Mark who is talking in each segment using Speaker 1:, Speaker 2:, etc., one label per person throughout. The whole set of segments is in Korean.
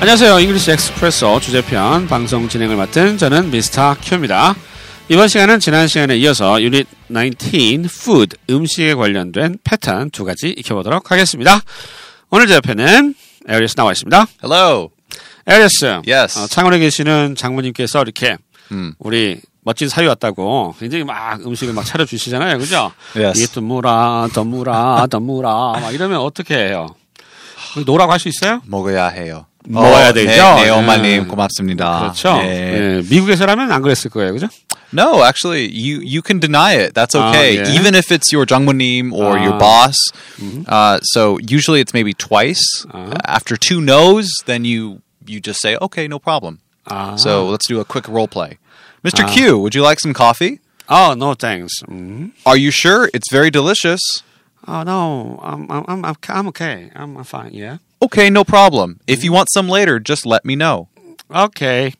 Speaker 1: 안녕하세요. 잉글리시 엑스프레소 주제편 방송 진행을 맡은 저는 미스터 큐입니다. 이번 시간은 지난 시간에 이어서 유닛 19 food 음식에 관련된 패턴 두 가지 익혀보도록 하겠습니다. 오늘 제 옆에는 에리어스 나와 있습니다.
Speaker 2: Hello.
Speaker 1: 에리어스.
Speaker 2: Yes.
Speaker 1: 어, 창원에 계시는 장모님께서 이렇게
Speaker 2: 음.
Speaker 1: 우리 멋진 사위 왔다고 굉장히 막 음식을 막 차려주시잖아요. 그죠?
Speaker 2: Yes.
Speaker 1: 이게 또 무라, 더 무라, 더 무라 막 이러면 어떻게 해요? 노라고 할 수 있어요?
Speaker 2: 먹어야 해요.
Speaker 1: 먹어야
Speaker 2: 어,
Speaker 1: 되죠?
Speaker 2: 네, 네,
Speaker 1: 예.
Speaker 2: 엄마님 고맙습니다.
Speaker 1: 그렇죠.
Speaker 2: 예.
Speaker 1: 예, 미국에서라면 안 그랬을 거예요, 그죠?
Speaker 2: No, actually, you you can deny it. That's
Speaker 1: Ah,
Speaker 2: okay,
Speaker 1: yeah.
Speaker 2: even if it's your 장모님 or
Speaker 1: Ah.
Speaker 2: your boss. Uh, so usually it's maybe twice. After two no's, then you you just say okay, no problem.
Speaker 1: Ah.
Speaker 2: So let's do a quick role play. Mr. Q, would you like some coffee?
Speaker 1: Oh, no, thanks. 음.
Speaker 2: Are you sure? It's very delicious.
Speaker 1: Oh, no, I'm, I'm, I'm, I'm I'm okay. I'm, I'm fine, yeah.
Speaker 2: Okay, no problem. If you want some later, just let me know.
Speaker 1: Okay.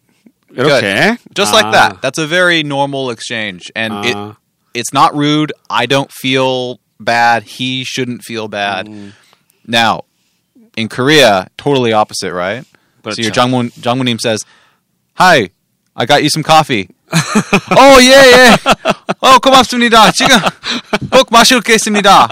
Speaker 2: Good.
Speaker 1: 이렇게.
Speaker 2: Just
Speaker 1: 아,
Speaker 2: like that. That's a very normal exchange, and
Speaker 1: Ah.
Speaker 2: it it's not rude. I don't feel bad. He shouldn't feel bad.
Speaker 1: Mm.
Speaker 2: Now, in Korea, totally opposite, right? So your
Speaker 1: 그렇죠.
Speaker 2: Jangwon Jangwonim says, "Hi, I got you some coffee." oh yeah, yeah. Oh, 고맙습니다. 지금 꼭 마실겠습니다.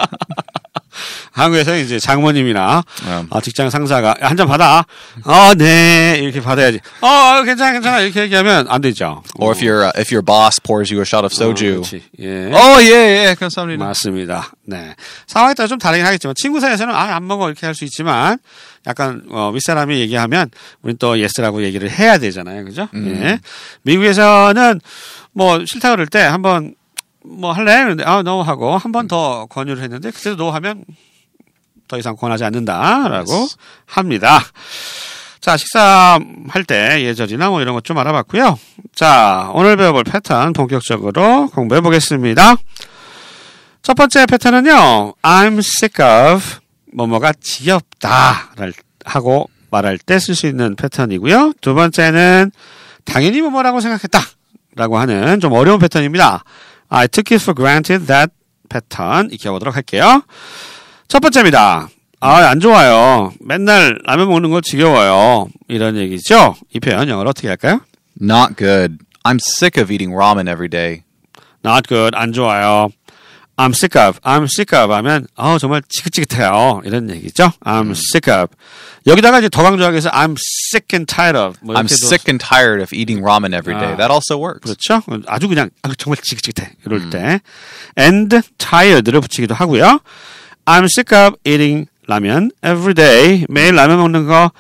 Speaker 1: 한국에서 이제 장모님이나
Speaker 2: 음.
Speaker 1: 어, 직장 상사가 한 잔 받아. 어, 네. 이렇게 받아야지. 어, 괜찮아, 괜찮아. 이렇게 얘기하면 안 되죠.
Speaker 2: Or if your uh, if your boss pours you a shot of soju.
Speaker 1: 그렇지. 예.
Speaker 2: oh yeah, yeah. 감사합니다.
Speaker 1: 맞습니다. 네. 상황에 따라 좀 다르긴 하겠지만, 친구 사이에서는, 아, 안 먹어. 이렇게 할 수 있지만, 약간, 어, 윗사람이 얘기하면, 우린 또 예스라고 얘기를 해야 되잖아요. 그죠? 예. 미국에서는, 뭐, 싫다 그럴 때, 한 번, 뭐, 할래? 그런데, 아, no 하고, 한 번 더 권유를 했는데, 그때도 no 하면, 더 이상 권하지 않는다라고
Speaker 2: Yes.
Speaker 1: 합니다. 자, 식사할 때 예절이나 뭐 이런 것 좀 알아봤고요. 자, 오늘 배워볼 패턴 본격적으로 공부해 보겠습니다. 첫 번째 패턴은요. I'm sick of 뭐뭐가 지겹다 랄- 하고 말할 때 쓸 수 있는 패턴이고요. 두 번째는 당연히 뭐뭐라고 생각했다 라고 하는 좀 어려운 패턴입니다. I took it for granted that 패턴 익혀보도록 할게요. 첫 번째입니다. 아, 안 좋아요. 맨날 라면 먹는 거 지겨워요. 이런 얘기죠. 이 표현 영어로 어떻게 할까요?
Speaker 2: Not good. I'm sick of eating ramen every day.
Speaker 1: Not good. 안 좋아요. I'm sick of. I'm sick of 하면 아 정말 지긋지긋해요. 이런 얘기죠.
Speaker 2: 음.
Speaker 1: I'm sick of. 여기다가 이제 더 강조하기 위해서 I'm sick and tired of. 뭐
Speaker 2: I'm
Speaker 1: 이렇게도
Speaker 2: sick and tired of eating ramen every day.
Speaker 1: Ah.
Speaker 2: That also works.
Speaker 1: 그렇죠. 아주 그냥 아, 정말 지긋지긋해. 이럴 때 and tired를 붙이기도 하고요. I'm sick of eating 라면 every day. 매일 라면 먹는 거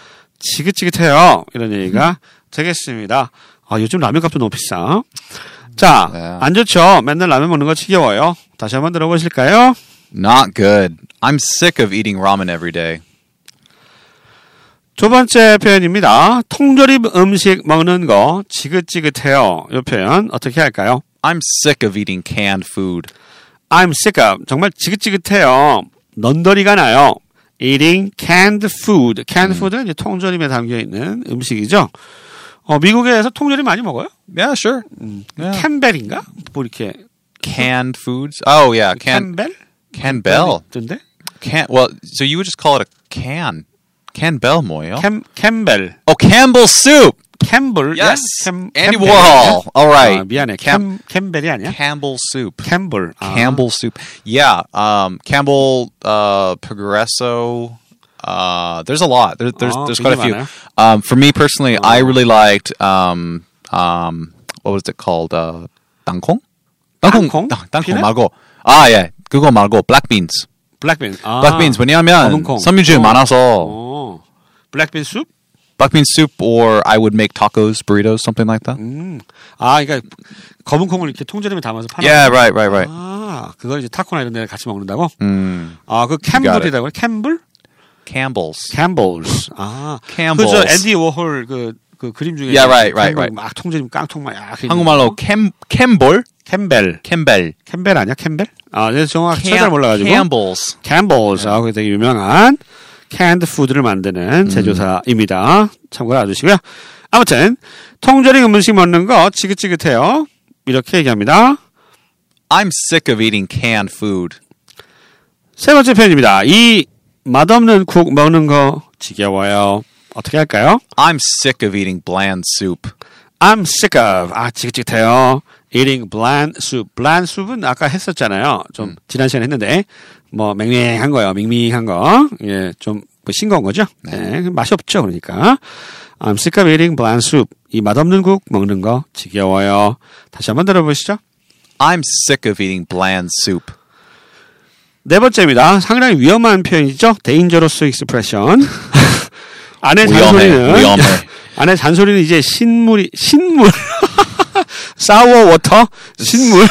Speaker 1: 지긋지긋해요. 이런 얘기가 되겠습니다. 아, 요즘 라면 값도 너무 비싸. 자,
Speaker 2: 네.
Speaker 1: 안 좋죠. 맨날 라면 먹는 거 지겨워요. 다시 한번 들어보실까요?
Speaker 2: Not good. I'm sick of eating ramen every day.
Speaker 1: 두 번째 표현입니다. 통조림 음식 먹는 거 지긋지긋해요. 이 표현 어떻게 할까요?
Speaker 2: I'm sick of eating canned food.
Speaker 1: I'm sick of 정말 지긋지긋해요. 넌더리가 나요. Eating canned food.
Speaker 2: 음.
Speaker 1: Canned food는 이제 통조림에 담겨 있는 음식이죠. 어, 미국에서 통조림 많이 먹어요?
Speaker 2: Yeah, sure. Yeah.
Speaker 1: 캠벨인가? 뭐 이렇게
Speaker 2: Mm. canned foods. Oh yeah, can
Speaker 1: 캠벨? 네,
Speaker 2: can bell.
Speaker 1: 있던데?
Speaker 2: Can well, so you would just call it a can. Can bell moyo.
Speaker 1: 캠 캠벨.
Speaker 2: oh, Campbell soup.
Speaker 1: 캠블.
Speaker 2: Yes.
Speaker 1: 예? 캠,
Speaker 2: Andy
Speaker 1: 캠벨.
Speaker 2: Warhol. All right.
Speaker 1: 아, 미안해.
Speaker 2: Cam-
Speaker 1: 캠 캠벨이 아니야?
Speaker 2: Campbell soup.
Speaker 1: 캠블. 아,
Speaker 2: Campbell soup. Yeah. Um, Campbell, uh, Progresso. Uh, there's a lot. There, there's
Speaker 1: Oh,
Speaker 2: there's
Speaker 1: big
Speaker 2: quite a few.
Speaker 1: amount,
Speaker 2: Um, for me personally, I really liked um, um, what was it called? Uh, 땅콩?
Speaker 1: 땅콩?
Speaker 2: 땅- 땅콩
Speaker 1: peanut?
Speaker 2: 말고. 아, 예. Ah, 그거 말고 black beans.
Speaker 1: 블랙빈. 아.
Speaker 2: Black beans. 왜냐하면
Speaker 1: 검은콩.
Speaker 2: 섬유질
Speaker 1: Oh.
Speaker 2: 많아서
Speaker 1: 어. 블랙빈 숲?
Speaker 2: black bean soup or I would make tacos, burritos, something like that.
Speaker 1: 음. 아, 그러니까 검은 콩을 이렇게 통조림에 담아서 파는
Speaker 2: Yeah, right, right, right.
Speaker 1: 아, 그걸 이제 타코나 이런 데 같이 먹는다고?
Speaker 2: Mm.
Speaker 1: 아, 그 캠블이라고요? 캠블?
Speaker 2: Campbell's.
Speaker 1: 캠블스. 아,
Speaker 2: Campbell's.
Speaker 1: 그저 앤디 워홀 그, 그 그림 중에
Speaker 2: Yeah, right, right,
Speaker 1: 캠블
Speaker 2: right.
Speaker 1: 막 통조림 깡통 막 이렇게 있는
Speaker 2: 한국말로 캠 캠볼,
Speaker 1: 캠벨.
Speaker 2: 캠벨.
Speaker 1: 캠벨 아니야? 캠벨? 아, 내가 정확히
Speaker 2: Cam-
Speaker 1: 찾아 몰라 가지고.
Speaker 2: Campbell's.
Speaker 1: 캠블스. 아, 그게 되게 유명한 캔드 푸드를
Speaker 2: 음.
Speaker 1: 만드는 제조사입니다. 참고로 알아주시고요. 아무튼 통조림 음식 먹는 거 지긋지긋해요. 이렇게 얘기합니다.
Speaker 2: I'm sick of eating canned food.
Speaker 1: 세 번째 표현입니다. 이 맛없는 국 먹는 거 지겨워요. 어떻게 할까요?
Speaker 2: I'm sick of eating bland soup.
Speaker 1: I'm sick of 아 지긋지긋해요. Eating bland soup. Bland soup은 아까 했었잖아요. 좀
Speaker 2: 음.
Speaker 1: 지난 시간에 했는데 뭐 맹맹한 거요, 밍밍한 거. 예, 좀뭐 싱거운 거죠. 네, 맛이 없죠. 그러니까 I'm sick of eating bland soup. 이 맛없는 국 먹는 거 지겨워요. 다시 한번 들어보시죠.
Speaker 2: I'm sick of eating bland soup.
Speaker 1: 네 번째입니다. 상당히 위험한 표현이죠. Dangerous expression. 안에 잔소리는
Speaker 2: 위험해, 위험해.
Speaker 1: 안에 잔소리는 이제 신물이 신물 사워 워터 신물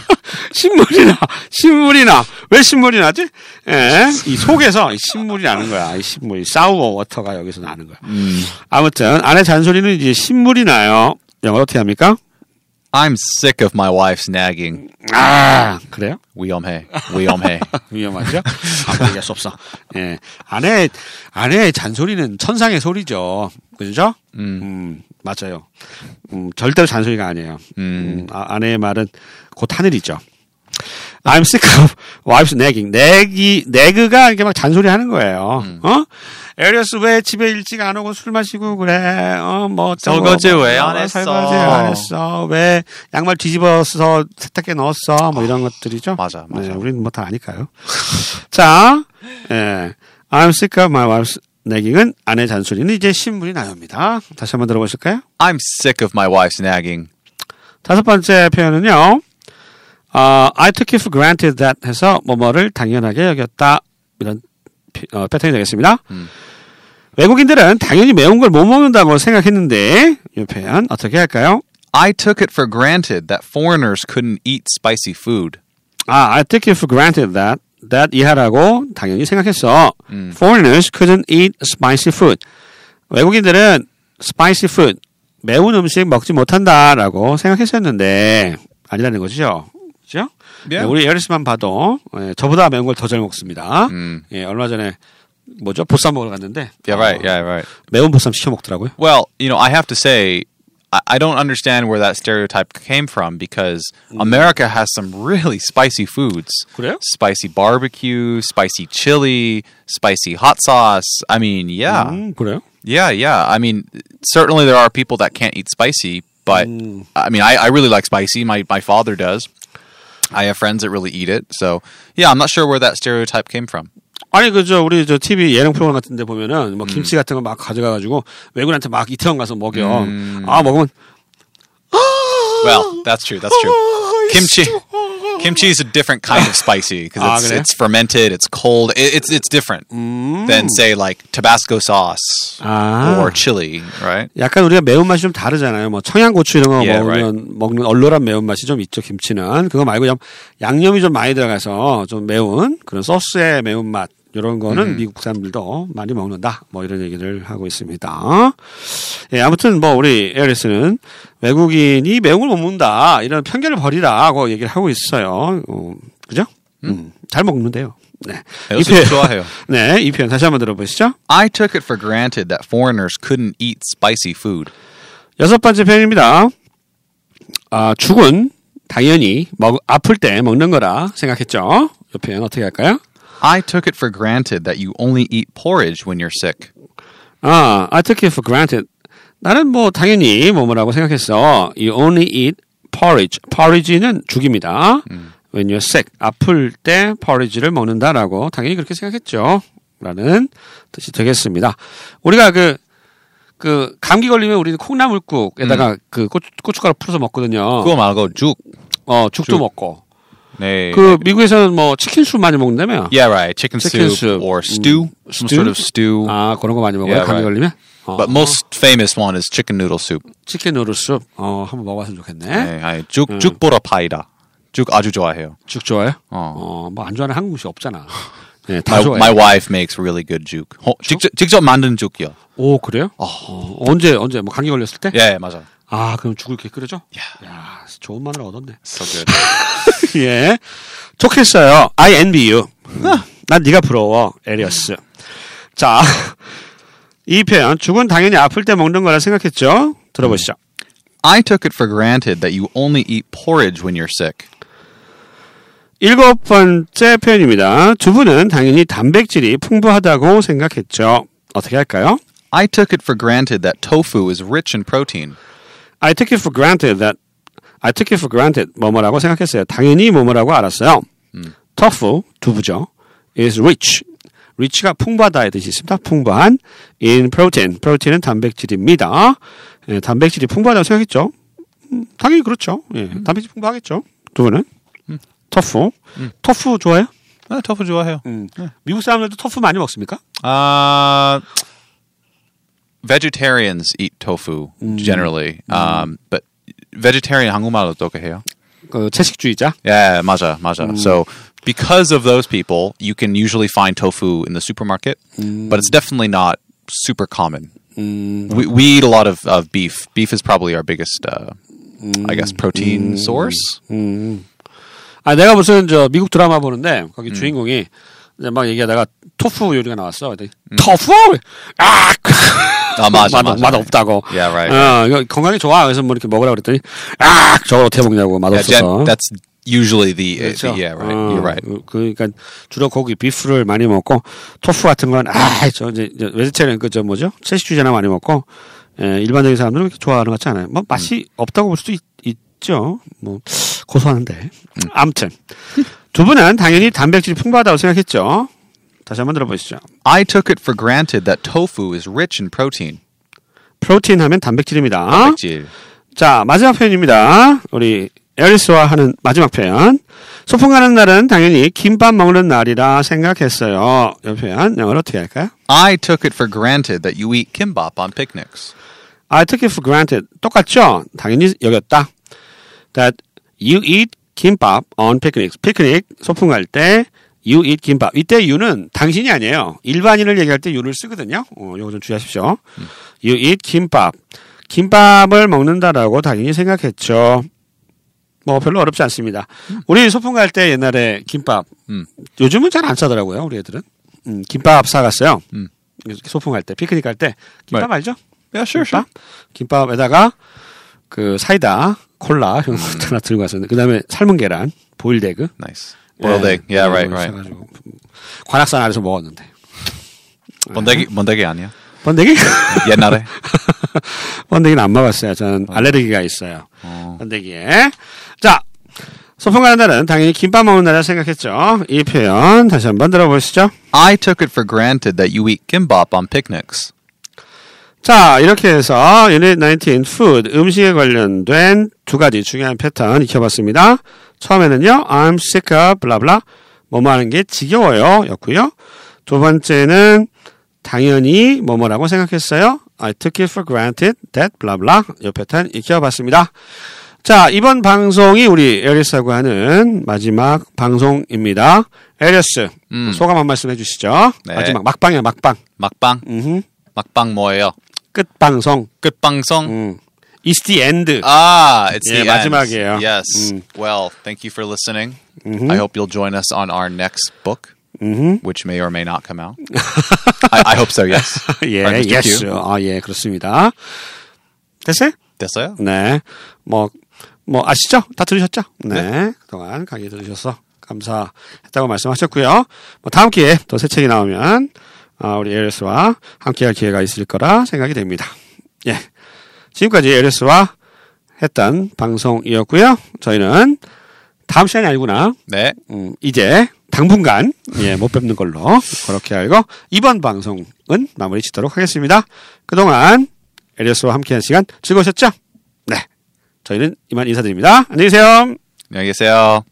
Speaker 1: 신물이나 신물이나 왜 신물이 나지? 예, 이 속에서 이 신물이 나는 거야. 이 신물 사워 워터가 여기서 나는 거야. 아무튼 안에 잔소리는 이제 신물이 나요. 영어 어떻게 합니까?
Speaker 2: I'm sick of my wife's nagging.
Speaker 1: 아 그래요?
Speaker 2: 위험해. 위험해.
Speaker 1: 위험하죠? 아무 얘기할 수 없어. 예. 아내, 아내의 잔소리는 천상의 소리죠. 그죠? 음, 맞아요. 음, 절대로 잔소리가 아니에요. 음, 아, 아내의 말은 곧 하늘이죠. I'm sick of wife's nagging. 내기, 내그가 이렇게 막 잔소리 하는 거예요.
Speaker 2: 음.
Speaker 1: 어? 에리어스 왜 집에 일찍 안 오고 술 마시고 그래? 어, 뭐. 어쩌고.
Speaker 2: 설거지 왜안
Speaker 1: 어,
Speaker 2: 했어?
Speaker 1: 설거지 왜 안 했어? 왜 양말 뒤집어서 세탁기에 넣었어? 뭐 이런 것들이죠.
Speaker 2: 맞아, 맞아.
Speaker 1: 네, 우리는 뭐 다 아니까요. 자, 예. I'm sick of my wife's nagging은 아내 잔소리는 이제 신문이 나옵니다. 다시 한번 들어보실까요?
Speaker 2: I'm sick of my wife's nagging.
Speaker 1: 다섯 번째 표현은요. 아, I took it for granted that 해서 뭐뭐를 당연하게 여겼다. 이런 피- 어, 패턴이 되겠습니다.
Speaker 2: 음.
Speaker 1: 외국인들은 당연히 매운 걸 못 먹는다고 생각했는데 이 표현 어떻게 할까요?
Speaker 2: I took it for granted that foreigners couldn't eat spicy food.
Speaker 1: 아, I took it for granted that that 이하라고 당연히 생각했어.
Speaker 2: 음.
Speaker 1: Foreigners couldn't eat spicy food. 외국인들은 spicy food 매운 음식 먹지 못한다라고 생각했었는데 아니라는 것이죠. 그죠?
Speaker 2: 예.
Speaker 1: 네, 우리 에리스만 봐도 예, 저보다 매운 걸 더 잘 먹습니다. 예, 얼마 전에 뭐죠? 보쌈 먹으러 갔는데
Speaker 2: 음. Yeah, right. Yeah, right.
Speaker 1: 매운 보쌈 시켜 먹더라고요.
Speaker 2: Well, you know, I have to say, I, I don't understand where that stereotype came from because America has some really spicy foods.
Speaker 1: 그래요?
Speaker 2: Spicy barbecue, spicy chili, spicy hot sauce. I mean, yeah,
Speaker 1: 음, 그래요?
Speaker 2: yeah, yeah. I mean, certainly there are people that can't eat spicy, but I mean, I, I really like spicy. My my father does. I have friends that really eat it. So yeah, I'm not sure where that stereotype came from.
Speaker 1: 아니 그저 우리 저 TV 예능 프로그램 같은데 보면은 뭐 김치 같은 거 막 가져가가지고 외국인한테 막 이태원 가서 먹여. 아 먹으면
Speaker 2: Well, that's true. That's true. Kimchi. Kimchi is a different kind of spicy because
Speaker 1: Ah,
Speaker 2: it's,
Speaker 1: 그래요?
Speaker 2: it's fermented, it's cold, it, it's it's different than say like Tabasco sauce
Speaker 1: Mm. Ah.
Speaker 2: or chili, right?
Speaker 1: 약간 우리가 매운맛이 좀 다르잖아요. 뭐 청양고추 이런 거
Speaker 2: Yeah,
Speaker 1: 먹으면 먹는 얼얼한 매운맛이 좀 있죠. 김치는 그거 말고 양- 양념이 좀 많이 들어가서 좀 매운 그런 소스의 매운맛 이런 거는
Speaker 2: 음.
Speaker 1: 미국 사람들도 많이 먹는다. 뭐 이런 얘기를 하고 있습니다. 예, 아무튼 뭐 우리 에어리스는 외국인이 매운 걸 못 먹는다 이런 편견을 버리라고 얘기를 하고 있어요. 어, 그죠? 음, 잘 먹는데요. 네. 이
Speaker 2: 그래서
Speaker 1: 표현,
Speaker 2: 좋아해요.
Speaker 1: 네, 이 표현 다시 한번 들어보시죠.
Speaker 2: I took it for granted that foreigners couldn't eat spicy food.
Speaker 1: 여섯 번째 표현입니다. 아, 죽은 당연히 먹, 아플 때 먹는 거라 생각했죠. 이 표현 어떻게 할까요?
Speaker 2: I took it for granted that you only eat porridge when you're sick.
Speaker 1: 아, I took it for granted. 나는 뭐 당연히 뭐뭐라고 생각했어. You only eat porridge. porridge는 죽입니다. When you're sick, 아플 때 porridge를 먹는다라고 당연히 그렇게 생각했죠. 라는 뜻이 되겠습니다. 우리가 그, 그, 감기 걸리면 우리는 콩나물국에다가 그 고추, 고춧가루 풀어서 먹거든요.
Speaker 2: 그거 말고 죽.
Speaker 1: 어, 죽도
Speaker 2: 죽.
Speaker 1: 먹고.
Speaker 2: 네.
Speaker 1: 그 미국에서는 뭐 치킨 수 많이 먹는다며?
Speaker 2: yeah, right. Chicken,
Speaker 1: Chicken soup.
Speaker 2: soup, or
Speaker 1: Mm.
Speaker 2: stew,
Speaker 1: Stew?
Speaker 2: some
Speaker 1: Uh-huh.
Speaker 2: sort of stew.
Speaker 1: 아 그런 거 많이 먹어요
Speaker 2: Yeah,
Speaker 1: 감기
Speaker 2: right.
Speaker 1: 걸리면? 어,
Speaker 2: but most famous one is chicken noodle soup.
Speaker 1: 치킨 노르스 어 한번 먹어봤으면 좋겠네.
Speaker 2: 네, 아니, 죽,
Speaker 1: Mm.
Speaker 2: 죽보다 파이다. 죽 아주 좋아해요.
Speaker 1: 죽 좋아해요? 어
Speaker 2: 어.
Speaker 1: 뭐 안 좋아하는 한국식 없잖아. 네, 다
Speaker 2: My,
Speaker 1: 좋아해.
Speaker 2: my wife makes really good juk. 어, 직접, 직접 만든 죽이요.
Speaker 1: 오 그래요? 어, 언제 언제 뭐 감기 걸렸을 때?
Speaker 2: 예, 예, 맞아.
Speaker 1: 아 그럼 죽을 이렇게 끓여줘? 야 좋은 마늘 얻었네.
Speaker 2: So good.
Speaker 1: 예. 좋겠어요. I envy you. 난 네가 부러워, 에리어스. 자, 이 표현 죽은 당연히 아플 때 먹는 거라 생각했죠. 들어보시죠.
Speaker 2: I took it for granted that you only eat porridge when you're sick.
Speaker 1: 일곱 번째 표현입니다. 주부는 당연히 단백질이 풍부하다고 생각했죠. 어떻게 할까요?
Speaker 2: I took it for granted that tofu is rich in protein.
Speaker 1: I took it for granted that I took it for granted 뭐뭐라고 생각했어요. 당연히 뭐뭐라고 알았어요. tofu 두부죠. is rich. rich가 풍부하다의 뜻이 있습니다. 풍부한 in protein. protein은 단백질입니다. 예, 단백질이 풍부하다고 생각했죠. 음, 당연히 그렇죠. 예, 단백질 풍부하겠죠. 두부는 tofu. tofu 좋아요?
Speaker 2: 아, Ah, tofu 좋아해요.
Speaker 1: 미국 사람들도 tofu 많이 먹습니까?
Speaker 2: Uh, vegetarians eat tofu generally, um, but vegetarian 한국말로 어떻게 해요?
Speaker 1: 그 채식주의자.
Speaker 2: Yeah, 맞아, 맞아. So because of those people, you can usually find tofu in the supermarket, but it's definitely not super common. We, we eat a lot of, of beef. Beef is probably our biggest, uh, I guess, protein source.
Speaker 1: 아 내가 무슨 저 미국 드라마 보는데
Speaker 2: 음.
Speaker 1: 거기 주인공이 이제 막 얘기하다가 토프 요리가 나왔어. 그랬더니 토프? 아,
Speaker 2: 아, 음. 맞아,
Speaker 1: 맛,
Speaker 2: 맞아.
Speaker 1: 맛 없다고.
Speaker 2: Uh, Yeah, right.
Speaker 1: 어, 이거 건강에 좋아. 그래서 뭐 이렇게 먹으라 그랬더니 아, 저걸 어떻게 먹냐고 맛
Speaker 2: Yeah, gen-
Speaker 1: 없어서.
Speaker 2: that's usually the, uh,
Speaker 1: 그렇죠.
Speaker 2: yeah, right.
Speaker 1: 어,
Speaker 2: You're right.
Speaker 1: 그- 그러니까 주로 고기 비프를 많이 먹고 토프 같은 건 아, 저 이제 웨지테리언 그저 뭐죠? 채식주의자나 많이 먹고 에, 일반적인 사람들은 그렇게 좋아하는 것 같지 않아요. 뭐 맛이
Speaker 2: 음.
Speaker 1: 없다고 볼 수도 있, 있죠. 뭐 고소한데.
Speaker 2: 음.
Speaker 1: 아무튼 두 분은 당연히 단백질이 풍부하다고 생각했죠. 다시 한번 들어보시죠.
Speaker 2: I took it for granted that tofu is rich in protein.
Speaker 1: 프로틴 하면 단백질입니다.
Speaker 2: Gee.
Speaker 1: 자, 마지막 표현입니다. 우리 에리스와 하는 마지막 표현. 소풍 가는 날은 당연히 김밥 먹는 날이라 생각했어요. 이 표현 영어로 어떻게 할까요?
Speaker 2: I took it for granted that you eat kimbap on picnics.
Speaker 1: I took it for granted. 똑같죠? 당연히 여겼다. That you eat 김밥 on picnics. 피크닉 소풍 갈 때 you eat 김밥. 이때 you는 당신이 아니에요. 일반인을 얘기할 때 you를 쓰거든요. 어, 요거 좀 주의하십시오. You eat 김밥. 김밥을 먹는다라고 당연히 생각했죠. 뭐 별로 어렵지 않습니다. 우리 소풍 갈 때 옛날에 김밥.
Speaker 2: 음.
Speaker 1: 요즘은 잘 안 싸더라고요. 우리 애들은. 음, 김밥 사갔어요.
Speaker 2: 음.
Speaker 1: 소풍 갈 때, 피크닉 갈 때.
Speaker 2: 네.
Speaker 1: 김밥 알죠?
Speaker 2: Yeah,
Speaker 1: 김밥? 김밥에다가 그 사이다, 콜라 이런
Speaker 2: 음.
Speaker 1: 것 하나 들고 왔었는데 그다음에 삶은 계란, 보일드 에그.
Speaker 2: Nice. Boiled egg.
Speaker 1: 이런
Speaker 2: Yeah, right,
Speaker 1: 거
Speaker 2: right.
Speaker 1: 있어가지고 관악산 아래서 먹었는데.
Speaker 2: 번데기, 번데기 아니야?
Speaker 1: 번데기?
Speaker 2: 옛날에?
Speaker 1: 번데기는 안 먹었어요. 저는 알레르기가 있어요. 번데기에. 자, 소풍 가는 날은 당연히 김밥 먹는 날이라 생각했죠. 이 표현 다시 한번 들어보시죠.
Speaker 2: I took it for granted that you eat kimbap on picnics.
Speaker 1: 자, 이렇게 해서 유닛 19 food 음식에 관련된 두 가지 중요한 패턴 익혀봤습니다. 처음에는요, I'm sick of 블라블라 뭐뭐 하는 게 지겨워요 였고요. 두 번째는 당연히 뭐뭐라고 생각했어요. I took it for granted that 블라블라 요 패턴 익혀봤습니다. 자, 이번 방송이 우리 에리스하고 하는 마지막 방송입니다. 에리스 소감 한 말씀 해주시죠.
Speaker 2: 네.
Speaker 1: 마지막 막방이야 막방.
Speaker 2: 막방.
Speaker 1: 음흠.
Speaker 2: 막방 뭐예요?
Speaker 1: 끝 방송.
Speaker 2: 끝방송.
Speaker 1: 음. It's the end.
Speaker 2: Ah,
Speaker 1: Mm. Yeah,
Speaker 2: it's the end.
Speaker 1: 마지막이에요.
Speaker 2: Yes.
Speaker 1: Mm. Mm-hmm.
Speaker 2: Well, thank you for listening. I hope you'll join us on our next book, which may or may not come out. I, I hope so. Yes.
Speaker 1: 예,
Speaker 2: Right, Mr.
Speaker 1: yes.
Speaker 2: Q?
Speaker 1: 아, 예, 그렇습니다. 됐어요?
Speaker 2: 됐어요?
Speaker 1: 네. 뭐, 뭐, 아시죠? 다 들으셨죠? 네. 그동안 강의 들으셔서 감사했다고 말씀하셨고요. 뭐 다음 기회에 또 새 책이 나오면, 아, 우리 LS와 함께할 기회가 있을 거라 생각이 됩니다. 예. 지금까지 LS와 했던 방송이었고요. 저희는 다음 시간이 아니구나.
Speaker 2: 네.
Speaker 1: 음, 이제 당분간 예, 못 뵙는 걸로 그렇게 알고 이번 방송은 마무리 짓도록 하겠습니다. 그동안 에리어스와 함께한 시간 즐거우셨죠? 네. 저희는 이만 인사드립니다. 안녕히 계세요.
Speaker 2: 안녕히 계세요.